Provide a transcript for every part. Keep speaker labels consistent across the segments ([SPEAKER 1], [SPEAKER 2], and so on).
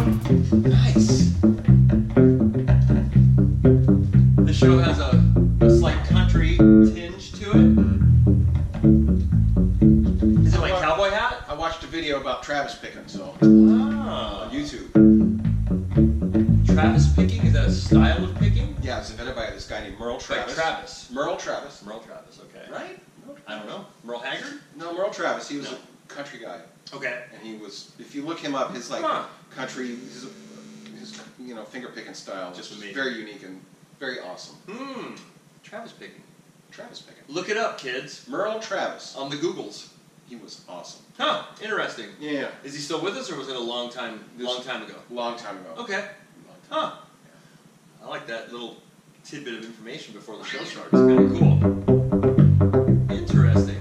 [SPEAKER 1] Nice. The show has a, a slight country tinge to it. Is it my cowboy hat?
[SPEAKER 2] I watched a video about Travis picking, so on
[SPEAKER 1] Ah,
[SPEAKER 2] YouTube.
[SPEAKER 1] Travis picking is that a style of picking?
[SPEAKER 2] Yeah, it's invented by this guy named Merle Travis.
[SPEAKER 1] Like Travis,
[SPEAKER 2] Merle Travis.
[SPEAKER 1] Merle Travis. Okay.
[SPEAKER 2] Right?
[SPEAKER 1] I don't know. Merle Haggard.
[SPEAKER 2] No, Merle Travis. He was
[SPEAKER 1] No.
[SPEAKER 2] a country guy,
[SPEAKER 1] Okay.
[SPEAKER 2] and he was. If you look him up, his like
[SPEAKER 1] Huh.
[SPEAKER 2] country, his, his you know finger picking style,
[SPEAKER 1] Just
[SPEAKER 2] is
[SPEAKER 1] amazing.
[SPEAKER 2] very unique and very awesome.
[SPEAKER 1] Hmm. Travis picking.
[SPEAKER 2] Travis picking.
[SPEAKER 1] Look it up, kids.
[SPEAKER 2] Merle Travis.
[SPEAKER 1] On the Googles.
[SPEAKER 2] He was awesome.
[SPEAKER 1] Huh. Interesting.
[SPEAKER 2] Yeah.
[SPEAKER 1] Is he still with us, or was it a long time,
[SPEAKER 2] This-
[SPEAKER 1] long time ago?
[SPEAKER 2] Long time ago.
[SPEAKER 1] Okay.
[SPEAKER 2] Long time.
[SPEAKER 1] Huh. I like that little tidbit of information before the show starts. It's kind of cool. Interesting.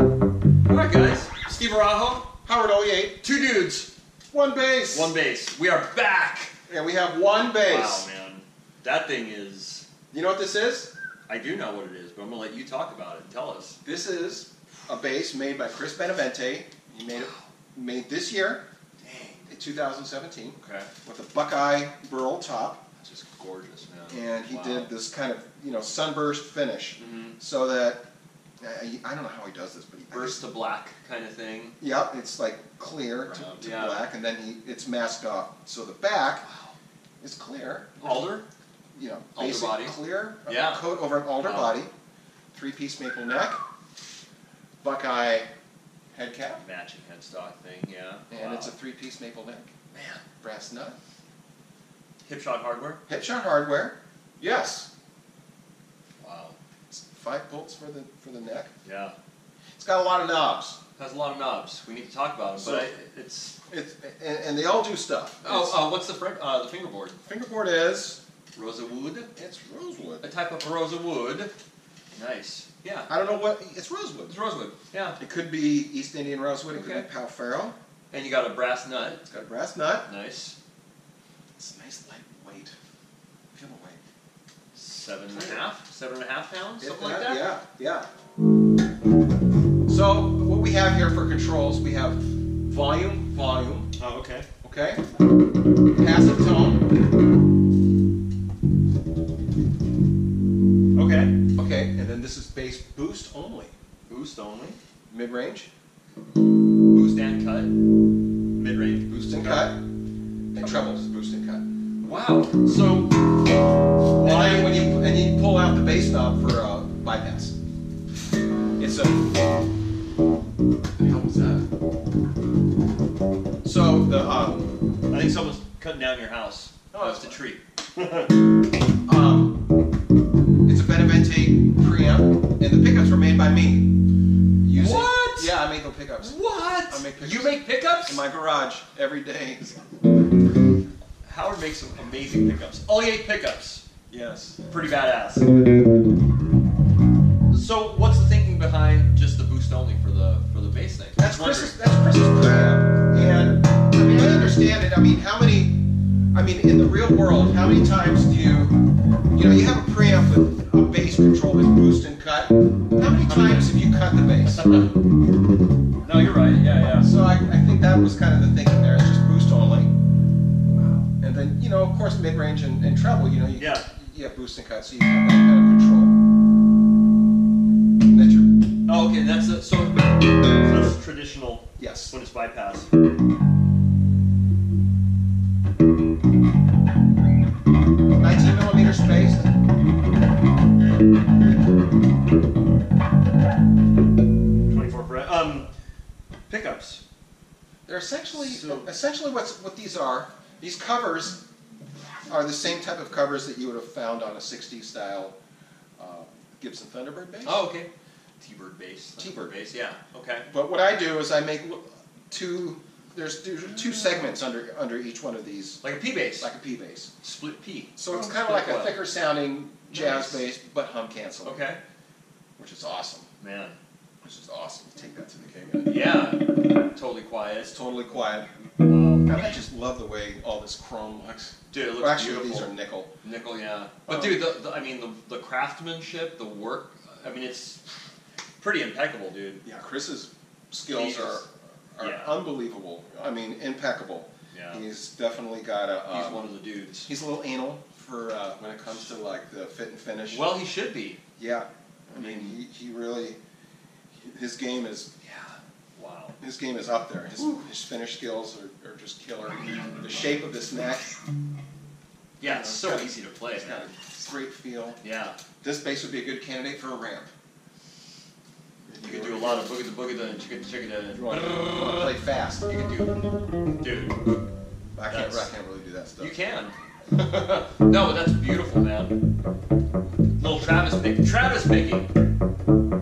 [SPEAKER 1] All right, guys. Steve Arajo,
[SPEAKER 2] Howard 08.
[SPEAKER 1] two dudes,
[SPEAKER 2] One base.
[SPEAKER 1] one bass. We are back.
[SPEAKER 2] And we have one base.
[SPEAKER 1] Wow, man. That thing is.
[SPEAKER 2] You know what this is?
[SPEAKER 1] I do know what it is, but I'm gonna let you talk about it. and Tell us.
[SPEAKER 2] This is a bass made by Chris Benavente. He made it made this year
[SPEAKER 1] Dang.
[SPEAKER 2] in 2017
[SPEAKER 1] Okay.
[SPEAKER 2] with a Buckeye burl top,
[SPEAKER 1] That's just gorgeous, man.
[SPEAKER 2] and he
[SPEAKER 1] Wow.
[SPEAKER 2] did this kind of you know sunburst finish,
[SPEAKER 1] Mhm.
[SPEAKER 2] so that I, I don't know how he does this, but he
[SPEAKER 1] Burst to black kind of thing.
[SPEAKER 2] Yep, it's like clear to,
[SPEAKER 1] Round,
[SPEAKER 2] to
[SPEAKER 1] yeah.
[SPEAKER 2] black, and then he, it's masked off. So the back is clear,
[SPEAKER 1] Alder.
[SPEAKER 2] you know,
[SPEAKER 1] Alder
[SPEAKER 2] basic
[SPEAKER 1] body.
[SPEAKER 2] clear uh,
[SPEAKER 1] Yeah.
[SPEAKER 2] coat over an alder
[SPEAKER 1] Wow.
[SPEAKER 2] body, three-piece maple neck, Buckeye head cap.
[SPEAKER 1] Matching headstock thing. Yeah.
[SPEAKER 2] And
[SPEAKER 1] Wow.
[SPEAKER 2] it's a three-piece maple neck,
[SPEAKER 1] man.
[SPEAKER 2] brass nut,
[SPEAKER 1] Hip shot hardware.
[SPEAKER 2] headshot hardware. Yes,
[SPEAKER 1] Wow.
[SPEAKER 2] it's five bolts for the for the neck.
[SPEAKER 1] Yeah.
[SPEAKER 2] It's got a lot of knobs.
[SPEAKER 1] Has a lot of knobs. We need to talk about them,
[SPEAKER 2] So-
[SPEAKER 1] but I, it's.
[SPEAKER 2] It's and, and they all do stuff. It's-
[SPEAKER 1] Oh, uh, what's the front? Uh, the fingerboard.
[SPEAKER 2] fingerboard is
[SPEAKER 1] Rosa wood.
[SPEAKER 2] it's rosewood.
[SPEAKER 1] A type of rosa wood. Nice. Yeah.
[SPEAKER 2] I don't know what it's rosewood.
[SPEAKER 1] It's rosewood. Yeah.
[SPEAKER 2] It could be East Indian rosewood. It
[SPEAKER 1] Okay.
[SPEAKER 2] could be palfaro.
[SPEAKER 1] And you got a brass nut.
[SPEAKER 2] It's got a brass nut.
[SPEAKER 1] Nice.
[SPEAKER 2] It's a nice lightweight. Feel the weight.
[SPEAKER 1] Seven and a half. Seven and a half pounds.
[SPEAKER 2] If
[SPEAKER 1] Something like that.
[SPEAKER 2] Yeah, yeah. So what we have here for controls, we have volume, volume.
[SPEAKER 1] Oh, okay.
[SPEAKER 2] Okay. Passive tone.
[SPEAKER 1] Okay.
[SPEAKER 2] Okay, and then this is bass boost only.
[SPEAKER 1] Boost only.
[SPEAKER 2] Mid range,
[SPEAKER 1] Boost and cut. Mid range.
[SPEAKER 2] boost and cut, and trebles, boost and cut.
[SPEAKER 1] Wow. So
[SPEAKER 2] Why? And then when you and you pull out the bass knob for uh, bypass. It's a. The hell was that? So the um,
[SPEAKER 1] I think someone's cutting down your house.
[SPEAKER 2] Oh,
[SPEAKER 1] it's
[SPEAKER 2] that's
[SPEAKER 1] a tree.
[SPEAKER 2] um, it's a Benavente preamp, and the pickups were made by me. Using-
[SPEAKER 1] What?
[SPEAKER 2] Yeah, I made the pickups.
[SPEAKER 1] What?
[SPEAKER 2] I make pickups.
[SPEAKER 1] You make pickups?
[SPEAKER 2] in my garage every day.
[SPEAKER 1] Howard makes some amazing pickups. Only eight pickups.
[SPEAKER 2] Yes.
[SPEAKER 1] Pretty badass. So what's the thinking behind just the boost only for the for the bass thing?
[SPEAKER 2] That's
[SPEAKER 1] Wondering.
[SPEAKER 2] Chris's. That's Chris's plan. And I mean, I understand it. I mean, how many? I mean, in the real world, how many times do you, you know, you have a preamp with a bass control that's boost and cut? How many times have you cut the bass?
[SPEAKER 1] no, you're right. Yeah, yeah.
[SPEAKER 2] So I, I think that was kind of the thinking there. It's just boost only. And then you know, of course, mid range and, and treble. You know, you
[SPEAKER 1] Yeah.
[SPEAKER 2] you have boost and cut, so you have that kind of control. That's your
[SPEAKER 1] Oh, okay. That's a, so. so That's traditional
[SPEAKER 2] yes.
[SPEAKER 1] when it's bypass.
[SPEAKER 2] Nineteen millimeter spaced.
[SPEAKER 1] Twenty-four fret. Um, pickups.
[SPEAKER 2] They're essentially
[SPEAKER 1] So-
[SPEAKER 2] essentially what's what these are. These covers are the same type of covers that you would have found on a '60s style uh, Gibson Thunderbird bass.
[SPEAKER 1] Oh, okay. T-bird bass.
[SPEAKER 2] T-bird.
[SPEAKER 1] bass. Yeah. Okay.
[SPEAKER 2] But what I do is I make l- two. There's two two segments under under each one of these,
[SPEAKER 1] Like a P bass.
[SPEAKER 2] like a P bass.
[SPEAKER 1] split P.
[SPEAKER 2] So it's kind of like a
[SPEAKER 1] Well.
[SPEAKER 2] thicker sounding jazz
[SPEAKER 1] Oh, Nice.
[SPEAKER 2] bass, but hum canceling,
[SPEAKER 1] Okay.
[SPEAKER 2] which is awesome.
[SPEAKER 1] Man.
[SPEAKER 2] Which is awesome. Take that to the king.
[SPEAKER 1] Yeah. totally quiet.
[SPEAKER 2] It's totally quiet.
[SPEAKER 1] Um,
[SPEAKER 2] God, I just love the way all this chrome looks.
[SPEAKER 1] dude, it
[SPEAKER 2] Well,
[SPEAKER 1] looks
[SPEAKER 2] actually,
[SPEAKER 1] beautiful.
[SPEAKER 2] these are nickel.
[SPEAKER 1] Nickel, yeah. But
[SPEAKER 2] Um,
[SPEAKER 1] dude, the, the, I mean, the, the craftsmanship, the work. I mean, it's pretty impeccable, dude.
[SPEAKER 2] Yeah, Chris's skills
[SPEAKER 1] He's-
[SPEAKER 2] are are
[SPEAKER 1] yeah.
[SPEAKER 2] unbelievable. I mean, impeccable.
[SPEAKER 1] Yeah, he's,
[SPEAKER 2] He's definitely got a. Um,
[SPEAKER 1] one of the dudes.
[SPEAKER 2] he's a little anal for uh, when it comes to like the fit and finish.
[SPEAKER 1] Well, he should be.
[SPEAKER 2] yeah. I mean, he, he really his game is
[SPEAKER 1] Yeah. Wow.
[SPEAKER 2] his game is up there. His, his finish skills are, are just killer. The shape of his neck,
[SPEAKER 1] Yeah, it's so
[SPEAKER 2] Yeah.
[SPEAKER 1] easy to play,
[SPEAKER 2] he's got
[SPEAKER 1] man.
[SPEAKER 2] a great feel.
[SPEAKER 1] Yeah,
[SPEAKER 2] This bass would be a good candidate for a ramp.
[SPEAKER 1] you could do a lot of boogie the boogie the and chicka chicka
[SPEAKER 2] You want to play fast.
[SPEAKER 1] the. You could do, dude.
[SPEAKER 2] I can't. I
[SPEAKER 1] That's-
[SPEAKER 2] can't really do that stuff.
[SPEAKER 1] You can. no, but that's beautiful, man. Little Travis picking. Travis picking.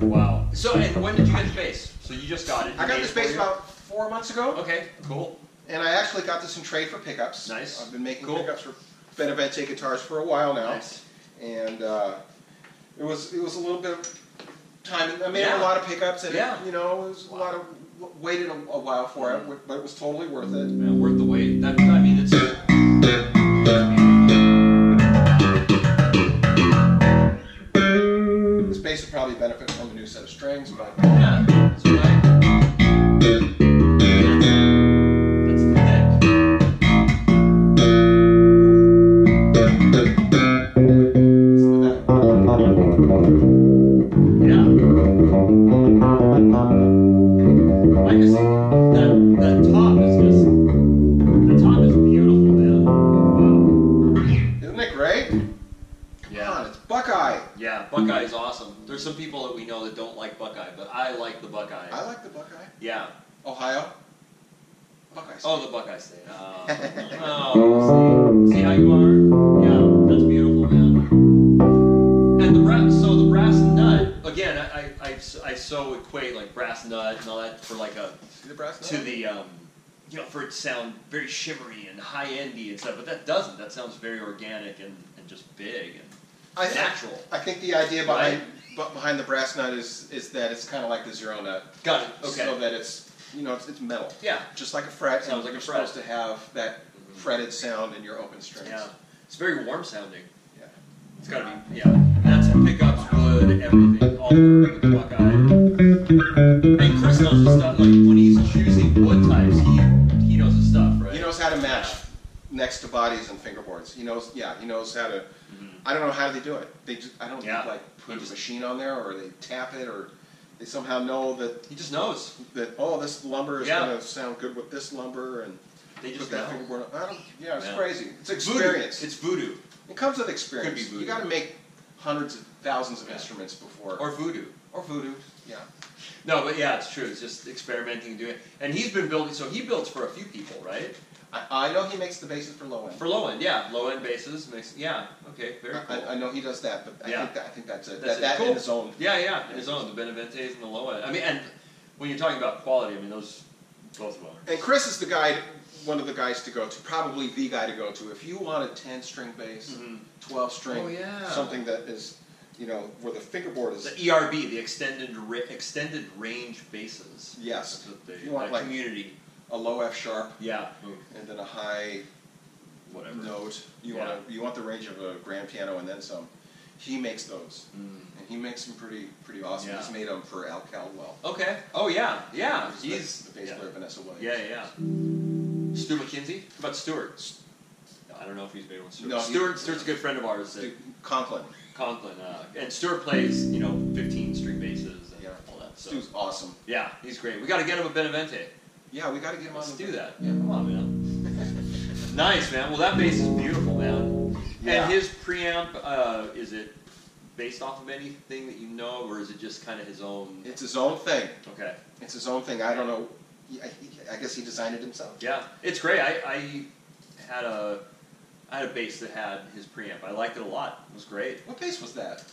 [SPEAKER 1] Wow. So, and when did you get the bass? So you just got it.
[SPEAKER 2] I got
[SPEAKER 1] Made
[SPEAKER 2] this
[SPEAKER 1] it for
[SPEAKER 2] bass
[SPEAKER 1] you?
[SPEAKER 2] about four months ago,
[SPEAKER 1] Okay. Cool.
[SPEAKER 2] and I actually got this in trade for pickups.
[SPEAKER 1] Nice.
[SPEAKER 2] I've been making
[SPEAKER 1] Cool.
[SPEAKER 2] pickups for Benavente guitars for a while now,
[SPEAKER 1] Nice.
[SPEAKER 2] and uh, it was it was a little bit of time. I made
[SPEAKER 1] Yeah.
[SPEAKER 2] a lot of pickups, and it,
[SPEAKER 1] Yeah.
[SPEAKER 2] you know, it was a lot of waited a, a while for it,
[SPEAKER 1] Mm-hmm.
[SPEAKER 2] wi- but it was totally worth it.
[SPEAKER 1] Man, worth the wait. That I mean, it's.
[SPEAKER 2] This bass would probably benefit from a new set of strings, but
[SPEAKER 1] Yeah. That's right. That's the neck.
[SPEAKER 2] that,
[SPEAKER 1] Yeah. I just that that top is just the top is beautiful, man. Wow.
[SPEAKER 2] isn't it great? Come on,
[SPEAKER 1] Yeah.
[SPEAKER 2] it's Buckeye.
[SPEAKER 1] Yeah, Buckeye is awesome. There's some people that we know that don't like Buckeye, but I like the Buckeye.
[SPEAKER 2] I like the Buckeye.
[SPEAKER 1] yeah.
[SPEAKER 2] Ohio. Buckeye.
[SPEAKER 1] Oh, the Buckeye State. Uh, oh, see, see how you are? Yeah, that's beautiful, man. And the brass, so the brass nut again. I, I, I, I so equate like brass nut and all that for like a
[SPEAKER 2] See the brass
[SPEAKER 1] to
[SPEAKER 2] nut?
[SPEAKER 1] the um, you know for it to sound very shimmery and high endy and stuff, but that doesn't. That sounds very organic and, and just big and
[SPEAKER 2] I think-
[SPEAKER 1] natural.
[SPEAKER 2] I think the idea behind bu- behind the brass nut is is that it's kind of like the zero nut,
[SPEAKER 1] Got it. Okay.
[SPEAKER 2] so that it's you know it's, it's metal,
[SPEAKER 1] yeah.
[SPEAKER 2] just like a fret. and
[SPEAKER 1] Sounds like a
[SPEAKER 2] you're
[SPEAKER 1] fret. Mm-hmm.
[SPEAKER 2] supposed to have that fretted sound in your open strings.
[SPEAKER 1] Yeah. It's very warm sounding.
[SPEAKER 2] Yeah.
[SPEAKER 1] It's gotta be yeah. And that's pickups, wood, everything, all over the buckeye. And Chris knows his stuff. Like when he's choosing wood types, he he knows his stuff, right?
[SPEAKER 2] He knows how to match next to bodies and fingerboards. He knows, yeah, he knows how to. I don't know how they do it. They just, I don't
[SPEAKER 1] Mm-hmm. Yeah.
[SPEAKER 2] think, like put
[SPEAKER 1] Just-
[SPEAKER 2] a machine on there or they tap it or they somehow know that
[SPEAKER 1] he just knows.
[SPEAKER 2] that oh this lumber is
[SPEAKER 1] Yeah.
[SPEAKER 2] going to sound good with this lumber and
[SPEAKER 1] They
[SPEAKER 2] put
[SPEAKER 1] just know.
[SPEAKER 2] that fingerboard. On. I don't. Yeah, it's
[SPEAKER 1] Yeah.
[SPEAKER 2] crazy. It's
[SPEAKER 1] Voodoo.
[SPEAKER 2] experience.
[SPEAKER 1] It's voodoo.
[SPEAKER 2] It comes with experience.
[SPEAKER 1] Could be voodoo.
[SPEAKER 2] You got to make hundreds of thousands of
[SPEAKER 1] Yeah.
[SPEAKER 2] instruments before
[SPEAKER 1] Or voodoo.
[SPEAKER 2] or voodoo. Yeah.
[SPEAKER 1] No, but yeah, it's true. It's just experimenting and doing it. And he's been building, so he builds for a few people, right?
[SPEAKER 2] I, I know he makes the bases for low end.
[SPEAKER 1] For low end, yeah, low end bases makes, yeah, okay, very cool.
[SPEAKER 2] I, I know he does that, but I
[SPEAKER 1] Yeah.
[SPEAKER 2] think that I think that's it.
[SPEAKER 1] That's
[SPEAKER 2] that
[SPEAKER 1] it.
[SPEAKER 2] that
[SPEAKER 1] Cool.
[SPEAKER 2] in his own.
[SPEAKER 1] yeah, yeah, his own, the Benevente's and the low end. I mean, and when you're talking about quality, I mean, those, both of them are.
[SPEAKER 2] And Chris is the guy, one of the guys to go to, probably the guy to go to if you want a ten string bass,
[SPEAKER 1] Mhm.
[SPEAKER 2] twelve string,
[SPEAKER 1] Oh, yeah.
[SPEAKER 2] something that is, you know, where the fingerboard is.
[SPEAKER 1] The ERB, the extended ra- extended range bases.
[SPEAKER 2] Yes,
[SPEAKER 1] That's what they,
[SPEAKER 2] You want,
[SPEAKER 1] that
[SPEAKER 2] like-
[SPEAKER 1] community,
[SPEAKER 2] a low F sharp
[SPEAKER 1] yeah,
[SPEAKER 2] and then a high
[SPEAKER 1] whatever.
[SPEAKER 2] note. You
[SPEAKER 1] Yeah.
[SPEAKER 2] want to, you want the range of a grand piano and then some. He makes those.
[SPEAKER 1] Mm.
[SPEAKER 2] And he makes them pretty pretty awesome.
[SPEAKER 1] Yeah.
[SPEAKER 2] He's made them for Al Caldwell.
[SPEAKER 1] Okay, oh yeah, yeah,
[SPEAKER 2] Who's the-
[SPEAKER 1] he's,
[SPEAKER 2] the bass
[SPEAKER 1] yeah.
[SPEAKER 2] player Vanessa Williams.
[SPEAKER 1] Yeah, yeah. Stu McKenzie? What about Stewart? I don't know if he's made one. Stewart.
[SPEAKER 2] No, he-
[SPEAKER 1] Stewart Stewart's a good friend of ours at
[SPEAKER 2] Dude, Conklin.
[SPEAKER 1] Conklin, uh, and Stewart plays you know 15 string basses and
[SPEAKER 2] Yeah.
[SPEAKER 1] all that. So
[SPEAKER 2] Stu's awesome.
[SPEAKER 1] yeah, he's great. We got to get him a Benevente.
[SPEAKER 2] Yeah, we got to get him on.
[SPEAKER 1] Let's
[SPEAKER 2] the-
[SPEAKER 1] do that. Yeah, come on, man. nice, man. Well, that bass is beautiful, man.
[SPEAKER 2] Yeah.
[SPEAKER 1] And his preamp uh, is it based off of anything that you know, or is it just kind of his own?
[SPEAKER 2] It's his own thing.
[SPEAKER 1] Okay.
[SPEAKER 2] It's his own thing. I don't know. He- I, he- I guess he designed it himself.
[SPEAKER 1] Yeah, it's great. I, I had a I had a bass that had his preamp. I liked it a lot. It was great.
[SPEAKER 2] What bass was that?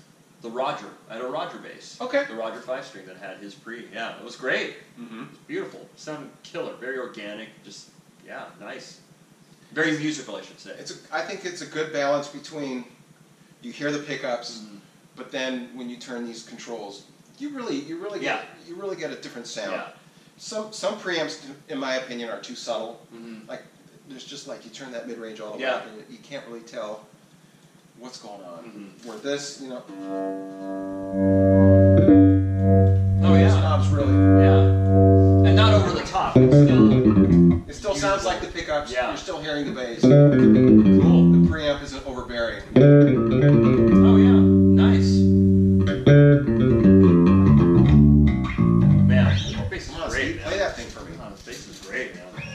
[SPEAKER 1] The Roger. I had a Roger bass.
[SPEAKER 2] Okay.
[SPEAKER 1] The Roger five string that had his pre. Yeah, it was great.
[SPEAKER 2] Mm-hmm.
[SPEAKER 1] It was beautiful. Sounded killer. Very organic. Just yeah, nice. Very musical, I should say.
[SPEAKER 2] It's. A, I think it's a good balance between you hear the pickups,
[SPEAKER 1] Mhm.
[SPEAKER 2] but then when you turn these controls, you really, you really,
[SPEAKER 1] Yeah.
[SPEAKER 2] get, you really get a different sound.
[SPEAKER 1] yeah.
[SPEAKER 2] some some preamps, in my opinion, are too subtle.
[SPEAKER 1] Mhm.
[SPEAKER 2] Like there's just like you turn that mid range all the
[SPEAKER 1] Yeah.
[SPEAKER 2] way up, and you can't really tell what's going on.
[SPEAKER 1] Mhm.
[SPEAKER 2] Where this, you know,
[SPEAKER 1] Oh
[SPEAKER 2] this
[SPEAKER 1] yeah,
[SPEAKER 2] knob's really.
[SPEAKER 1] yeah, and not over the top. It's still
[SPEAKER 2] It still sounds like the pickups.
[SPEAKER 1] Yeah.
[SPEAKER 2] You're still hearing the bass.
[SPEAKER 1] cool.
[SPEAKER 2] The preamp isn't overbearing.
[SPEAKER 1] Oh yeah, nice. Man, bass
[SPEAKER 2] Come on,
[SPEAKER 1] is
[SPEAKER 2] Steve,
[SPEAKER 1] great.
[SPEAKER 2] play
[SPEAKER 1] Man.
[SPEAKER 2] that thing for me.
[SPEAKER 1] Oh, this bass is great, man. This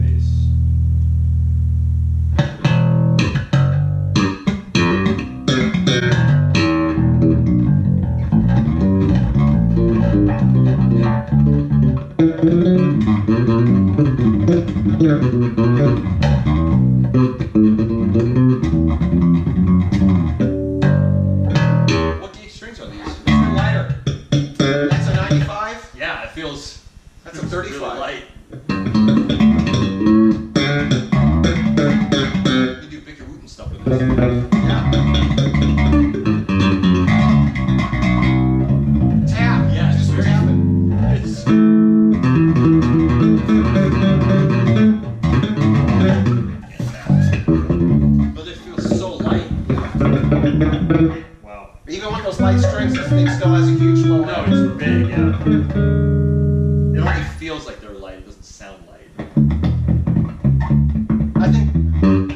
[SPEAKER 1] bass.
[SPEAKER 2] What gauge strings are these?
[SPEAKER 1] It's lighter.
[SPEAKER 2] That's a 95.
[SPEAKER 1] Yeah, it feels
[SPEAKER 2] That's a
[SPEAKER 1] feels
[SPEAKER 2] 35.
[SPEAKER 1] Really light.
[SPEAKER 2] You do bigger Wooten stuff with this. Yeah. Tap.
[SPEAKER 1] Yeah,
[SPEAKER 2] Just
[SPEAKER 1] very-
[SPEAKER 2] tap it.
[SPEAKER 1] It's but it feels so light. Wow.
[SPEAKER 2] Even with those light strings, this thing still has a huge low
[SPEAKER 1] No,
[SPEAKER 2] end.
[SPEAKER 1] it's big. Yeah. It only feels like they're light. It doesn't sound light.
[SPEAKER 2] I think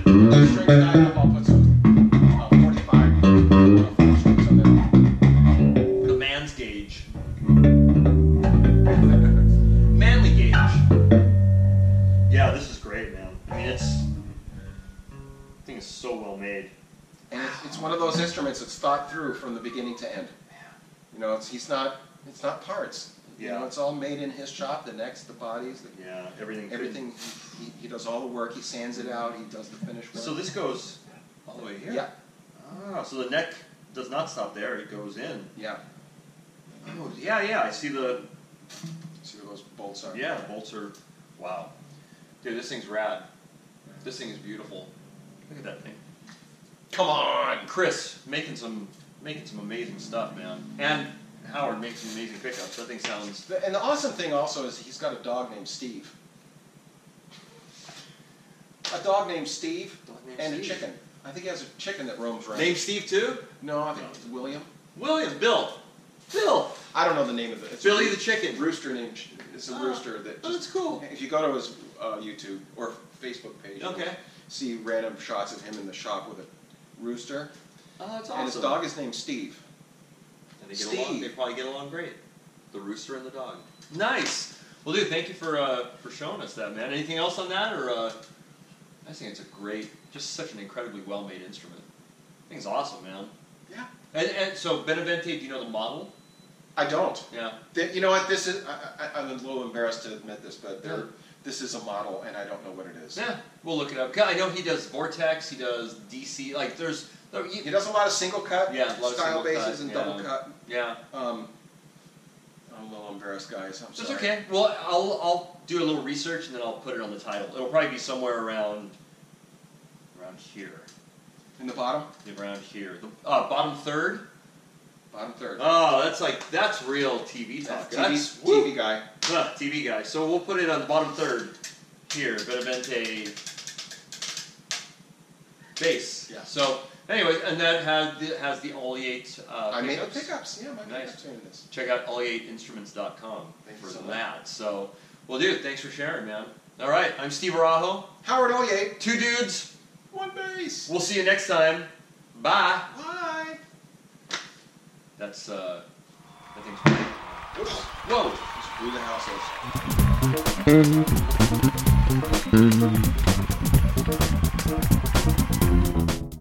[SPEAKER 2] those strings died up. I'll put some uh, 45, 45 uh, strings on there.
[SPEAKER 1] The man's gauge. Manly gauge. Yeah, this is great, man. I mean, it's. I think it's so well made.
[SPEAKER 2] And it's, it's one of those instruments that's thought through from the beginning to end. You know, it's, he's not, it's not parts. You
[SPEAKER 1] Yeah.
[SPEAKER 2] know, it's all made in his shop, the necks, the bodies, the
[SPEAKER 1] Yeah, everything. could-
[SPEAKER 2] Everything, he, he does all the work, he sands it out, he does the finish work.
[SPEAKER 1] So this goes all the way here.
[SPEAKER 2] Yeah,
[SPEAKER 1] Ah, so the neck does not stop there; it goes in.
[SPEAKER 2] yeah.
[SPEAKER 1] Oh, yeah, yeah. I see the
[SPEAKER 2] See where those bolts are?
[SPEAKER 1] yeah the bolts are. Wow, dude, this thing's rad. This thing is beautiful. Look at that thing. Come on, Chris, making some making some amazing stuff, man. And Howard makes some amazing pickups. That thing sounds.
[SPEAKER 2] The- And the awesome thing also is he's got a dog named Steve. A dog named Steve
[SPEAKER 1] Dog named
[SPEAKER 2] and a
[SPEAKER 1] Steve.
[SPEAKER 2] chicken. I think he has a chicken that roams around.
[SPEAKER 1] Name Steve too.
[SPEAKER 2] No, I think it's William.
[SPEAKER 1] William, Bill, Bill.
[SPEAKER 2] I don't know the name of it. It's a
[SPEAKER 1] Billy
[SPEAKER 2] roo-
[SPEAKER 1] the chicken.
[SPEAKER 2] Rooster named, Ch- it's a
[SPEAKER 1] Ah,
[SPEAKER 2] rooster that
[SPEAKER 1] Oh,
[SPEAKER 2] just,
[SPEAKER 1] that's cool.
[SPEAKER 2] if you go to his uh, YouTube or Facebook page, you'll
[SPEAKER 1] Okay.
[SPEAKER 2] see random shots of him in the shop with a rooster.
[SPEAKER 1] Oh, that's awesome.
[SPEAKER 2] And his dog is named Steve.
[SPEAKER 1] And they get along.
[SPEAKER 2] Steve.
[SPEAKER 1] They probably get along great. The rooster and the dog. Nice. Well, dude, thank you for uh, for showing us that, man. Anything else on that, or uh, I just think it's a great, just such an incredibly well made instrument. I think it's awesome, man.
[SPEAKER 2] Yeah.
[SPEAKER 1] And and so Benevente, do you know the model?
[SPEAKER 2] I don't.
[SPEAKER 1] Yeah.
[SPEAKER 2] Th- You know what? This is. I, I, I'm a little embarrassed to admit this, but there. This is a model, and I don't know what it is.
[SPEAKER 1] Yeah. We'll look it up. 'Cause I know he does Vortex. He does DC. Like there's. There,
[SPEAKER 2] He
[SPEAKER 1] you,
[SPEAKER 2] does a lot of single cut.
[SPEAKER 1] Yeah, a lot of single
[SPEAKER 2] style bases
[SPEAKER 1] cut,
[SPEAKER 2] and
[SPEAKER 1] yeah.
[SPEAKER 2] double cut.
[SPEAKER 1] yeah.
[SPEAKER 2] Um, I'm a little embarrassed, guys. I'm
[SPEAKER 1] That's
[SPEAKER 2] sorry.
[SPEAKER 1] okay. Well, I'll I'll do a little research and then I'll put it on the title. It'll probably be somewhere around around here.
[SPEAKER 2] In the bottom,
[SPEAKER 1] around here. The uh, bottom third.
[SPEAKER 2] bottom third.
[SPEAKER 1] Oh, that's like that's real TV talk.
[SPEAKER 2] That's
[SPEAKER 1] That's
[SPEAKER 2] TV,
[SPEAKER 1] woo,
[SPEAKER 2] TV guy.
[SPEAKER 1] uh, TV guy. So we'll put it on the bottom third here. Benevente bass.
[SPEAKER 2] Yeah.
[SPEAKER 1] So anyway, and that has the, has the Oleate. Uh,
[SPEAKER 2] I made the
[SPEAKER 1] pickups.
[SPEAKER 2] pickups. Yeah, my
[SPEAKER 1] Nice.
[SPEAKER 2] pickups are in this.
[SPEAKER 1] Check out oleateinstruments.com
[SPEAKER 2] Thank you
[SPEAKER 1] for
[SPEAKER 2] so much.
[SPEAKER 1] that. So, well, dude, thanks for sharing, man. All right, I'm Steve Arajo.
[SPEAKER 2] Howard Oye,
[SPEAKER 1] Two dudes.
[SPEAKER 2] one base.
[SPEAKER 1] We'll see you next time. Bye.
[SPEAKER 2] Why?
[SPEAKER 1] That's uh, I think. Whoa.
[SPEAKER 2] Just blew the house off.